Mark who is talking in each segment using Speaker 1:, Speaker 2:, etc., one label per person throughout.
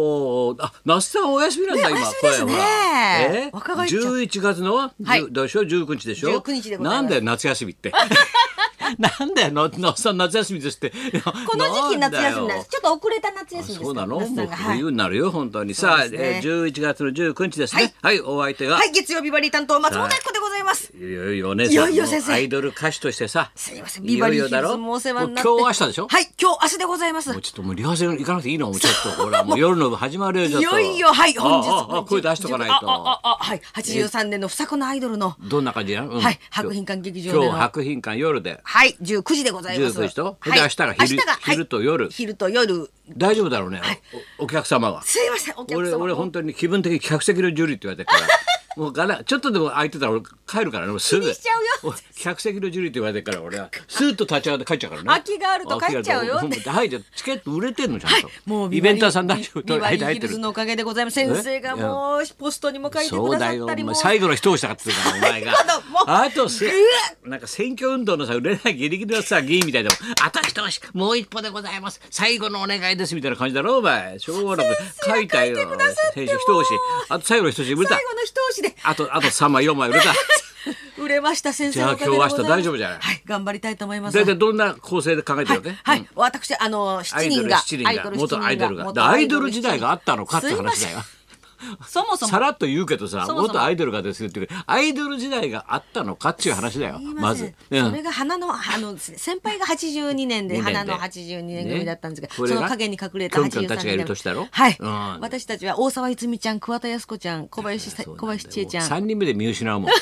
Speaker 1: おーあ、那須さんお休みなんだ、
Speaker 2: ね
Speaker 1: 今、
Speaker 2: お休みですね
Speaker 1: 声はえ
Speaker 2: 若返っちゃう
Speaker 1: 十一月の、
Speaker 2: は
Speaker 1: はいい、どうでしょう、十九日でしょ
Speaker 2: 19日でございます
Speaker 1: なんだよ、夏休みって。 なんだよ、な那須さん夏休みですって。
Speaker 2: こ
Speaker 1: こ
Speaker 2: の時期夏休みなんです。ちょっと遅れた夏休みですけど。
Speaker 1: そうなの、
Speaker 2: 夏
Speaker 1: も
Speaker 2: さ
Speaker 1: うん
Speaker 2: がはい
Speaker 1: 冬になるよ、本当に。さあ、
Speaker 2: そうですね
Speaker 1: え十一月の十九日ですね。はい、お相手が。
Speaker 2: はい、月曜日バリー担当松本明子でございます。
Speaker 1: いよいよね、
Speaker 2: いよいよ
Speaker 1: その
Speaker 2: 先生
Speaker 1: アイドル歌手としてさ。
Speaker 2: すいません、ビ
Speaker 1: い
Speaker 2: バ
Speaker 1: よ
Speaker 2: リ
Speaker 1: い
Speaker 2: ー
Speaker 1: よ
Speaker 2: ヒ
Speaker 1: だ
Speaker 2: ル
Speaker 1: ろ。
Speaker 2: ズもお世話になって。
Speaker 1: もう今日明日でしょ。
Speaker 2: はい、今日明日でございます
Speaker 1: もう。ちょっともうリハーサル行かなくていいのもうちょっとほ らもう夜の始まるよちょっ
Speaker 2: い
Speaker 1: と
Speaker 2: よいよ、はい、本日。
Speaker 1: あああ声出しとかない
Speaker 2: ああ
Speaker 1: と
Speaker 2: ああはい、83年の不作のアイドルの、
Speaker 1: どんな感じや、うん
Speaker 2: はい、白品館劇場で
Speaker 1: 今
Speaker 2: の。
Speaker 1: 日白品館夜で
Speaker 2: はい、19時でございます。
Speaker 1: 19時と
Speaker 2: はい
Speaker 1: で明日が昼
Speaker 2: 明日はい
Speaker 1: 昼と夜
Speaker 2: 昼と夜。
Speaker 1: 大丈夫だろうね、おお客様が
Speaker 2: すいません、お客様。
Speaker 1: 俺俺本当に気分的に客席の受理って言われてるか らもうガラちょっとでも空いてたら俺帰るからねもうす
Speaker 2: 気
Speaker 1: ぐ
Speaker 2: にしちゃうよ
Speaker 1: お客席の受理って言われてるから俺はスーッと立ち上がって帰っちゃうからね
Speaker 2: 空きがあると帰っちゃうよ
Speaker 1: 空きがあるともうもうはいじゃあチケット売れてんのちゃんと、
Speaker 2: もう
Speaker 1: イベンターさん大丈夫
Speaker 2: ビバリーヒルズ
Speaker 1: る
Speaker 2: のおかげでございます。先生がもうポストにも書いて
Speaker 1: そ
Speaker 2: く
Speaker 1: う
Speaker 2: ださ
Speaker 1: だよ、
Speaker 2: ったり
Speaker 1: お
Speaker 2: も
Speaker 1: 前
Speaker 2: う。
Speaker 1: 最後の人をしたかってるから、お前 が
Speaker 2: 最後のもう。
Speaker 1: あとせ
Speaker 2: う、
Speaker 1: なんか選挙運動のさ、売れないギリギリのさ、議員みたいでも、あと一押し、もう一歩でございます。最後のお願いですみたいな感じだろ、お前。昭和の書いたよ
Speaker 2: 書いてくださっ。
Speaker 1: 選
Speaker 2: て
Speaker 1: 手一押し、あと最後の一押し、売れた
Speaker 2: 最。後の一押しで
Speaker 1: あと、あと三枚、四枚売れた。
Speaker 2: 売れました先生のおかげ
Speaker 1: じゃあ
Speaker 2: で
Speaker 1: 今日
Speaker 2: ございます
Speaker 1: 明日大丈夫じゃない
Speaker 2: はい頑張りたいと思います
Speaker 1: 大体どんな構成で考えて
Speaker 2: は
Speaker 1: る
Speaker 2: い
Speaker 1: わけ、
Speaker 2: はい
Speaker 1: うん
Speaker 2: 私あの
Speaker 1: ア
Speaker 2: 7
Speaker 1: イド
Speaker 2: 人
Speaker 1: ル
Speaker 2: が
Speaker 1: 7人が元アイドルが
Speaker 2: 元
Speaker 1: だアイドル時代があ
Speaker 2: っ
Speaker 1: ったのかって話だよ
Speaker 2: そもそ
Speaker 1: さ
Speaker 2: も
Speaker 1: らっと言うけどさ
Speaker 2: そもそも
Speaker 1: 元アイドルがですよっていうけどアイドル時代があったのかっていう話だよ
Speaker 2: すい
Speaker 1: ま
Speaker 2: せん
Speaker 1: ず、
Speaker 2: それが花のあの先輩が82年で
Speaker 1: 二年で
Speaker 2: 花の82年組だったんですが、
Speaker 1: ねこ
Speaker 2: そ
Speaker 1: れが
Speaker 2: の影に隠れた
Speaker 1: きょんきょんたちがい
Speaker 2: 83
Speaker 1: る
Speaker 2: 年
Speaker 1: 年だろ
Speaker 2: はい、
Speaker 1: うん
Speaker 2: 私たちは大沢いつみちゃん桑田靖子ちゃん小林さ小林千恵ちゃん
Speaker 1: 3人目で見失うもん も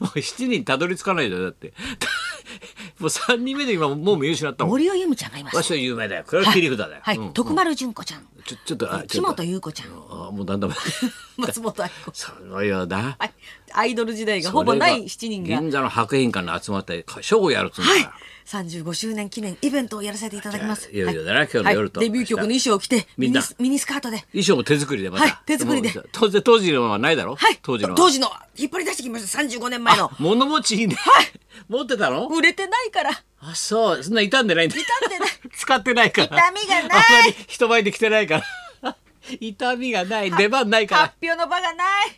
Speaker 1: う7人たどり着かないだよだって もう3人目で今もう見失ったもん
Speaker 2: 森尾由美ちゃんがいま
Speaker 1: わ
Speaker 2: す
Speaker 1: しは有名だよこれは切り札だよ、
Speaker 2: はい、
Speaker 1: うん、ちょ
Speaker 2: 徳丸純子ちゃん
Speaker 1: ちょっとあち
Speaker 2: 木
Speaker 1: ょっと
Speaker 2: 本優子ちゃん
Speaker 1: あもうだんだん
Speaker 2: 松本愛子
Speaker 1: すごいよな
Speaker 2: はい、 アイドル時代がほぼない7人が
Speaker 1: 銀座の博品館に集まってショーをやるっつうんだから、
Speaker 2: 35周年記念イベントをやらせていただきます。
Speaker 1: じゃあいよいよだな今日の夜と
Speaker 2: はい。デビュー曲の衣装を着て、
Speaker 1: み
Speaker 2: ミ
Speaker 1: んな
Speaker 2: ニスミニスカートで。
Speaker 1: 衣装も手作りでまた、
Speaker 2: はい手作りで
Speaker 1: もう当然当時のはないだろ、
Speaker 2: はい。
Speaker 1: 当時の
Speaker 2: と
Speaker 1: は
Speaker 2: 当時の引っ張り出してきました。35年前の。
Speaker 1: 物持ちいいね、 持ってたの
Speaker 2: 売れてないから。
Speaker 1: あそうそんな傷んでないんだ
Speaker 2: 傷ん でない
Speaker 1: 使ってないから
Speaker 2: 痛みがな
Speaker 1: あ
Speaker 2: い
Speaker 1: んまり人前で着てないから 痛みがない出番ないから
Speaker 2: 発表の場がない。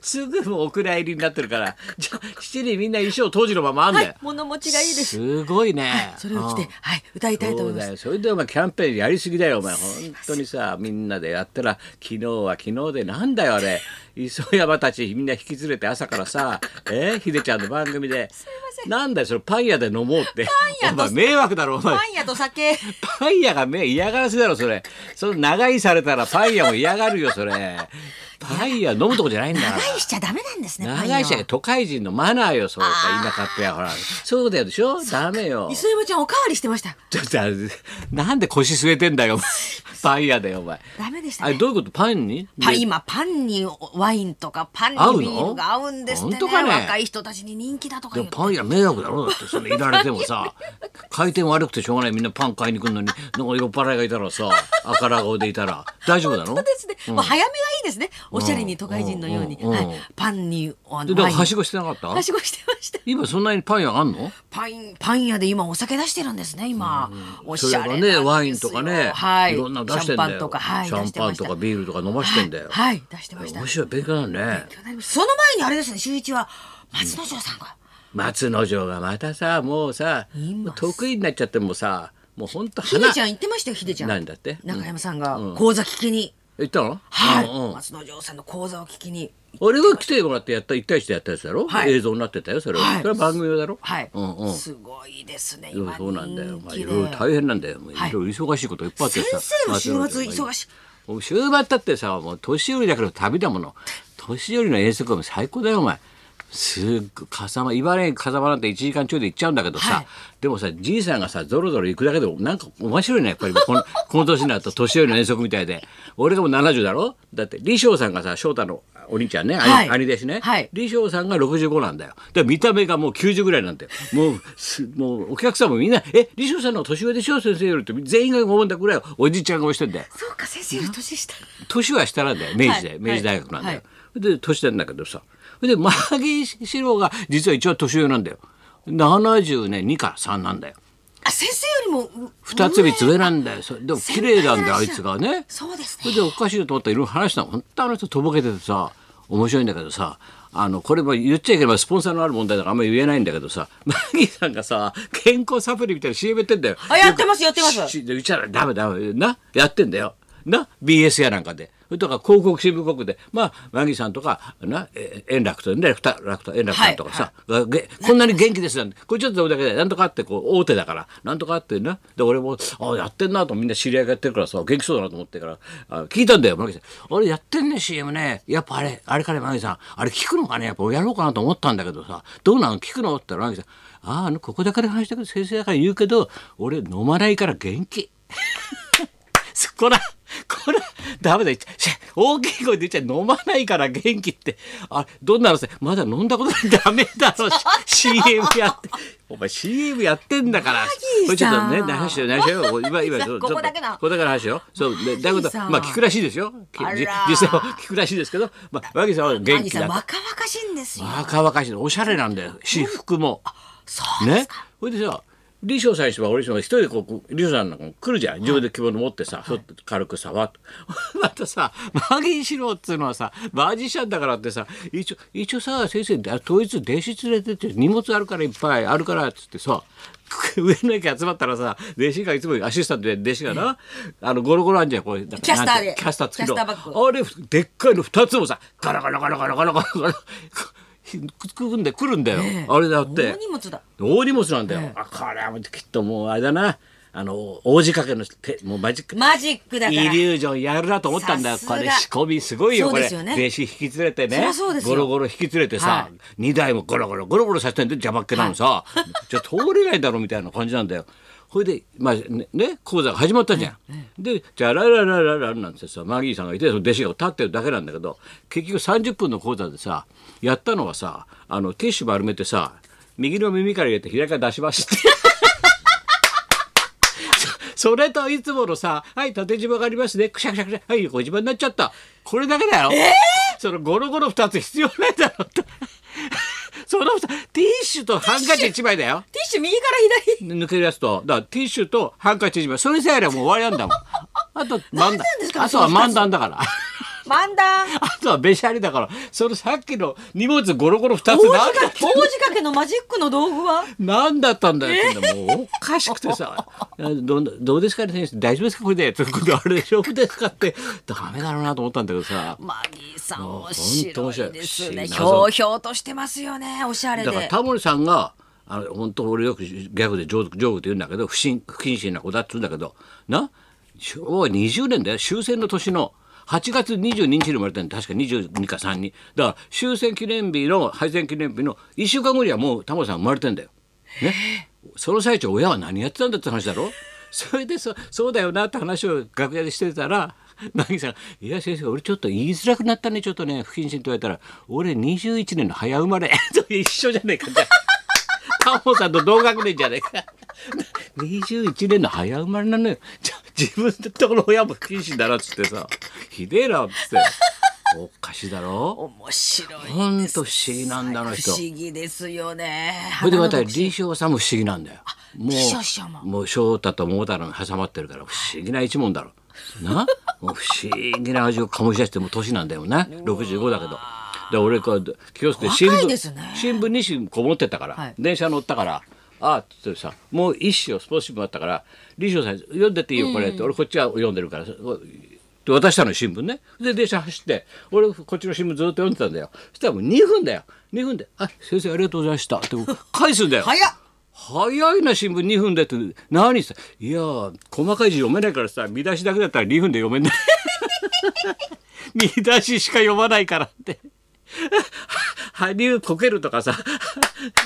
Speaker 1: すぐもうお蔵入りになってるからじゃあ七人みんな衣装当時のままあん
Speaker 2: は
Speaker 1: だよ、
Speaker 2: い。物持ちがいいです。
Speaker 1: すごいね、
Speaker 2: それを着
Speaker 1: うん
Speaker 2: て、はい。歌いたいと
Speaker 1: そ
Speaker 2: 思いうま
Speaker 1: だ
Speaker 2: す。
Speaker 1: よそれでお前キャンペーンやりすぎだよお前本当にさみんなでやったら昨日は昨日でなんだよあ れ磯山たちみんな引き連れて朝からさえひでちゃんの番組でなんだよそれパン屋で飲もうって
Speaker 2: パン屋と
Speaker 1: お前迷惑だろお前
Speaker 2: パン屋と酒。
Speaker 1: パン屋がめ嫌がらせだろそれその長居されたらパン屋も嫌がるよそれパン屋飲むとこじゃないんだから
Speaker 2: 長いしちゃダメなんですね。パン
Speaker 1: 長
Speaker 2: 屋
Speaker 1: 居者都会人のマナーよそうか田舎ってほらそうだよでしょダメよ
Speaker 2: 磯山ちゃんおかわりしてました。
Speaker 1: ちょっとあれなんで腰据えてんだよ、お 前パン屋だよ、お前。
Speaker 2: ダメでした
Speaker 1: あれ、
Speaker 2: ね。
Speaker 1: どういうことパンに
Speaker 2: パン
Speaker 1: で
Speaker 2: 今パンにワインとかパン
Speaker 1: 合うの
Speaker 2: にビールが合うんですって
Speaker 1: 本当か
Speaker 2: ね
Speaker 1: ね
Speaker 2: 若い人たちに人気だとか
Speaker 1: で
Speaker 2: 言
Speaker 1: も
Speaker 2: って
Speaker 1: パン屋迷惑だろだって、それいられてもさ、回転悪くてしょうがない、みんなパン買いに来るのに、なんか酔っ払いがいたらさ、赤ら顔でいたら、大丈夫なの
Speaker 2: そうですね。もう早めがいいですね。おしゃれに都会人のように、
Speaker 1: うんうんうん
Speaker 2: はい、パンにあ
Speaker 1: で、
Speaker 2: の
Speaker 1: だ
Speaker 2: ワ
Speaker 1: か
Speaker 2: イ
Speaker 1: ら
Speaker 2: ン
Speaker 1: はしごしてなかった
Speaker 2: はしごしてました。
Speaker 1: 今そんなにパン屋あんの
Speaker 2: パンパン屋で今お酒出してるんですね。今お
Speaker 1: そ
Speaker 2: し
Speaker 1: れ
Speaker 2: ゃれ
Speaker 1: が
Speaker 2: なんです
Speaker 1: ね
Speaker 2: よ
Speaker 1: ワインとかね、
Speaker 2: はい、
Speaker 1: ろんなの出してんだよ
Speaker 2: シャンパンとかはい
Speaker 1: シャンパンとかビールとか飲ましてんだよ、
Speaker 2: はい、はい出してました
Speaker 1: 面。白い勉強だね
Speaker 2: その前にあれですね。週一は松之丞さんが、
Speaker 1: 松之丞がまたさもうさ
Speaker 2: 今
Speaker 1: 得意になっちゃってもうさもうほんと
Speaker 2: ひで
Speaker 1: 花
Speaker 2: ちゃん言ってましたよ。ひでちゃん。
Speaker 1: なんだって
Speaker 2: 中山さんが
Speaker 1: うん
Speaker 2: 講座聞きに、
Speaker 1: 行ったの、
Speaker 2: はい、
Speaker 1: うんうん
Speaker 2: 松之丞さんの講座を聞きに。
Speaker 1: 俺が来てもらってやった一対一でやったやつだろ、
Speaker 2: はい
Speaker 1: 映像になってたよそれは、
Speaker 2: はい
Speaker 1: それは番組用だろ
Speaker 2: はい、
Speaker 1: うんうん
Speaker 2: すごいですね。
Speaker 1: そう
Speaker 2: 今
Speaker 1: そうなんだよ、まあ、
Speaker 2: 人気で
Speaker 1: いろいろ大変なんだよもういろ
Speaker 2: はい
Speaker 1: いろ忙しいこといっぱいあって
Speaker 2: 先
Speaker 1: さ
Speaker 2: 生も週末忙
Speaker 1: しい
Speaker 2: しい。
Speaker 1: もう週末だってさもう年寄りだけど旅だもの年寄りの遠足はもう最高だよお前すっごい笠間茨城笠間なんて1時間ちょいで行っちゃうんだけどさ、
Speaker 2: はい
Speaker 1: でもさじいさんがさぞろぞろ行くだけでもなんか面白いねやっぱりこの この年になると年寄りの遠足みたいで俺がもう70だろだって李翔さんがさ翔太のお兄ちゃんね、兄
Speaker 2: はい
Speaker 1: 兄弟子ね、
Speaker 2: はい
Speaker 1: 李翔さんが65なんだよで見た目がもう90ぐらいなんだよもうすもうお客さんもみんな「え李翔さんの年上でしょ先生より」って全員が思うんだぐらいおじいちゃんがしてんだよ。
Speaker 2: そうか、先生より年下。
Speaker 1: 年は下なんだよ明治で、
Speaker 2: はい
Speaker 1: 明治大学なんだよ、
Speaker 2: は
Speaker 1: で年なんだけどさでマーギー四郎が実は一応年上なんだよ70年2から3なんだよ
Speaker 2: あ先生よりも
Speaker 1: 二つ三つ上なんだよそれでも綺麗なんだよあいつがね
Speaker 2: そうです
Speaker 1: それ
Speaker 2: ね
Speaker 1: でおかしいなと思ったらいろいろ話したの本当あの人とぼけててさ面白いんだけどさあのこれも言っちゃいけないスポンサーのある問題だからあんまり言えないんだけどさ マギーさんがさ健康サプリみたいな CM やってんだよ
Speaker 2: あやってますやってます
Speaker 1: ししでうちらダメダメなやってんだよな BS やなんかでそれとか広告新聞広告でまあマギーさんとかなえ円楽とね楽太楽太円楽さんとかさ、がげこんなに元気ですなんてこれちょっとだけでなんとかあってこう大手だからなんとかあってなで俺もあやってんなとみんな知り合いがやってるからさ元気そうだなと思ってからあ聞いたんだよマギーさん俺やってんね CM ねやっぱあれあれからマギーさんあれ聞くのかねやっぱやろうかなと思ったんだけどさどうなの聞くのって言ったらマギーさんあああのここだから話したけど先生だから言うけど俺飲まないから元気。こら、こら、ダメだ、言っちゃし大きい声で言っちゃ飲まないから元気って、あどんなのさ、まだ飲んだことない、ダメだ ろ、し CM やって、お前 CM やってんだから、これちょっとね、話しよう、話しよう、今、今、そう
Speaker 2: ここだけ
Speaker 1: ちょっと
Speaker 2: な
Speaker 1: ここだから話しよう、そう、でだけど、
Speaker 2: さん
Speaker 1: まあ聞くらしいですよ、き
Speaker 2: あら
Speaker 1: じ実際は 聞くらしいですけど、まあ、和木さんは元
Speaker 2: 兄
Speaker 1: 気
Speaker 2: さ
Speaker 1: だ
Speaker 2: ん
Speaker 1: と。
Speaker 2: 若々しいんですよ
Speaker 1: 若々しいの、おしゃれなんだよ、私服も。
Speaker 2: そう
Speaker 1: ね、それでさ李翔さんにしても俺にしても一人でこう李翔さんなんかも来るじゃん自分で着物持ってさ、そっと軽くさわっとまたさマギー四郎っつうのはさマジシャンだからってさ一応一応さ先生あ当日弟子連れてって荷物あるからいっぱいあるからっつってさ上の駅集まったらさ弟子がいつもアシスタントで弟子がな、あのゴロゴロあんじゃんこうなんか
Speaker 2: キャスターで
Speaker 1: なんてキャスター付きの
Speaker 2: キャスターバッグ
Speaker 1: あれでっかいの2つもさガラガラガラガラガラガラガラくるんでくるんだよ、あれだって。
Speaker 2: 大荷物だ
Speaker 1: 大荷物なんだよ、あこれはもうきっともうあれだなあの大仕掛けの手もうマジック
Speaker 2: マジックだか
Speaker 1: イ
Speaker 2: ら
Speaker 1: リュージョンやるなと思ったんだよ
Speaker 2: さす
Speaker 1: こ
Speaker 2: が
Speaker 1: れ仕込みすごいよ
Speaker 2: そう
Speaker 1: これ
Speaker 2: ですよね
Speaker 1: 弟子引き連れて
Speaker 2: そり
Speaker 1: ね
Speaker 2: ゃそうですよ
Speaker 1: ゴロゴロ引き連れてさ、
Speaker 2: は
Speaker 1: 二2台もゴロゴロゴロゴロさせてんで邪魔っ気なのさ、じゃ通れないだろみたいな感じなんだよ。ほいで、まあねね講座が始まったじゃん。で「じゃあラララララ」なんてさマギーさんがいてその弟子が立ってるだけなんだけど結局30分の講座でさやったのはさあのティッシュ丸めてさ右の耳から入れて 左から出しました。それといつものさ、はい、縦じまがありますね。くしゃくしゃくしゃ。はい、横じまになっちゃった。これだけだよ。そのゴロゴロ二つ必要ないだろうと。その二つティッシュとハンカチ一枚だよ。
Speaker 2: ティッシュ右から左
Speaker 1: 抜けるやつと、だからティッシュとハンカチ一枚。それさえあればもう終わりなんだもん。あと、漫談
Speaker 2: んです。か
Speaker 1: あとは漫談だから。
Speaker 2: 漫談
Speaker 1: あとはべしゃりだから。そのさっきの荷物ゴロゴロ二
Speaker 2: 大
Speaker 1: つ
Speaker 2: 仕
Speaker 1: なんだ
Speaker 2: 掛け大仕掛けのマジックの道具は
Speaker 1: 何だったんだよって言うんだもうおかしくて さ「どんなどうですかね先生大丈夫ですかこれで」ってことあれ丈夫 ですかってダメだろうなと思ったんだけどさ
Speaker 2: マギーさん面
Speaker 1: 本当面白
Speaker 2: 白
Speaker 1: い
Speaker 2: いです
Speaker 1: 不
Speaker 2: ね
Speaker 1: 思議
Speaker 2: ひ
Speaker 1: な
Speaker 2: ょうひょうとしてますよねおしゃれ
Speaker 1: だから
Speaker 2: で
Speaker 1: タモリさんがあの本当俺よくギャグでジョークジョークって言うんだけど不審不謹慎な子だっつうんだけどな昭和20年だよ終戦の年の8月22日に生まれてんだ確か22か3にだから終戦記念日の敗戦記念日の1週間後にはもうタモリさん生まれてんだよ。ね、その最中親は何やってたんだって話だろそれでそそうだよなって話を楽屋でしてたらマギさん「いや先生俺ちょっと言いづらくなったねちょっとね不謹慎」って言われたら「俺21年の早生まれ」 と一緒じゃねえかじゃあタモさんと同学年じゃねえか21年の早生まれなのよじゃあ自分のところ親も不謹慎だなっつってさひでえなっつっておかしいだろ
Speaker 2: 面白い
Speaker 1: ほんと不思議なんだあの
Speaker 2: 不
Speaker 1: 人
Speaker 2: 思議ですよね
Speaker 1: それでまた李承さんも不思議なんだよ。も
Speaker 2: 李承師匠も
Speaker 1: うもう翔太と桃太郎に挟まってるから不思議な一問だ ろ。なもう不思議な味を醸し出してもう年なんだよね65だけど。で俺こう気をつけて新
Speaker 2: 若い
Speaker 1: 聞、
Speaker 2: ですね
Speaker 1: 新聞2紙こもってたから、
Speaker 2: はい
Speaker 1: 電車乗ったから。あっつってさもう一紙をスポーツ新聞あったから「李承さん読んでっていいよこれ」って、俺こっちは読んでるからで渡したのよ新聞ねで電車走って俺こっちの新聞ずっと読んでたんだよそしたらもう2分だよ2分で「あ先生ありがとうございました」って返すんだよ
Speaker 2: 早っ
Speaker 1: 早いな新聞2分でって何さいやー細かい字読めないからさ見出しだけだったら2分で読めない 見出ししか読まないからって 羽生こけるとかさ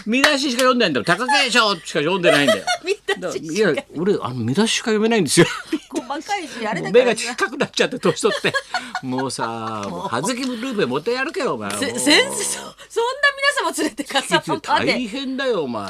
Speaker 1: 見出ししか読んでないんだよ高景勝しか読んでないん だよ
Speaker 2: 見出
Speaker 1: だ
Speaker 2: し
Speaker 1: いや俺あの見出ししか読めないんですよ
Speaker 2: 細かいしあれ
Speaker 1: もう
Speaker 2: だか
Speaker 1: 目
Speaker 2: ら
Speaker 1: がちっかくなっちゃって年取ってもうさもう葉月ルーペ持ってやるけよお前もう
Speaker 2: せ先生そそんな皆様連れ てかさまで
Speaker 1: 大変だよお前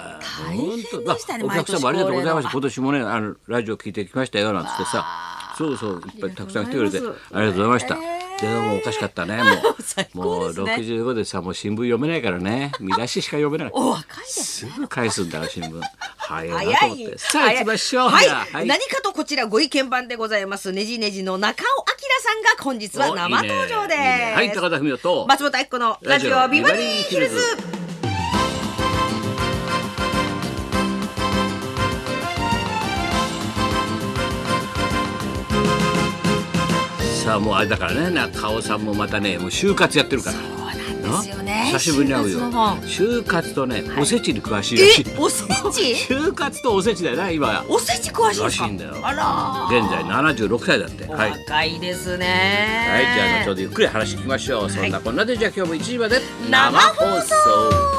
Speaker 2: 変でした
Speaker 1: 本当まあ
Speaker 2: ね
Speaker 1: お
Speaker 2: 毎
Speaker 1: 客
Speaker 2: 年
Speaker 1: 様ありがとうございました
Speaker 2: 恒
Speaker 1: 今年もねあのラジオ聞いてきましたよなんつってさそうそういっぱいたくさん来てくれて
Speaker 2: ありがとう
Speaker 1: ありがとうございました、
Speaker 2: えー
Speaker 1: でもおかしかったね。
Speaker 2: 最
Speaker 1: もう、
Speaker 2: 高ですね
Speaker 1: もう65でさ、もう新聞読めないからね。見出ししか読めない。
Speaker 2: お若いです
Speaker 1: すぐ返すんだよ、新聞。早いなと
Speaker 2: 早
Speaker 1: 思って
Speaker 2: い。
Speaker 1: さあ、行きましょう。
Speaker 2: はい、
Speaker 1: じゃあはい
Speaker 2: 何かとこちらご意見番でございますねじねじの中尾明さんが本日は生登場です
Speaker 1: おいいねいいねはい、高田文夫と。
Speaker 2: 松本明子のラジオビバリーヒルズ
Speaker 1: さあもうあれだからね中尾さんもまたねもう就活やってるから
Speaker 2: そうなん
Speaker 1: な
Speaker 2: ですよね
Speaker 1: 久しぶりに会うよ
Speaker 2: 就活の本
Speaker 1: 就活とねおせちに詳しいらしい
Speaker 2: えおせち
Speaker 1: 就活とおせちだよな今
Speaker 2: おせち詳しいん
Speaker 1: ら
Speaker 2: で
Speaker 1: し
Speaker 2: す
Speaker 1: い
Speaker 2: か
Speaker 1: んだよ
Speaker 2: あらー
Speaker 1: 現在76歳だって
Speaker 2: お
Speaker 1: はいはい
Speaker 2: 若いですね
Speaker 1: じゃあ後ほどゆっくり話聞きましょうそんなこんなでじゃあ今日も1時まで
Speaker 2: 生放送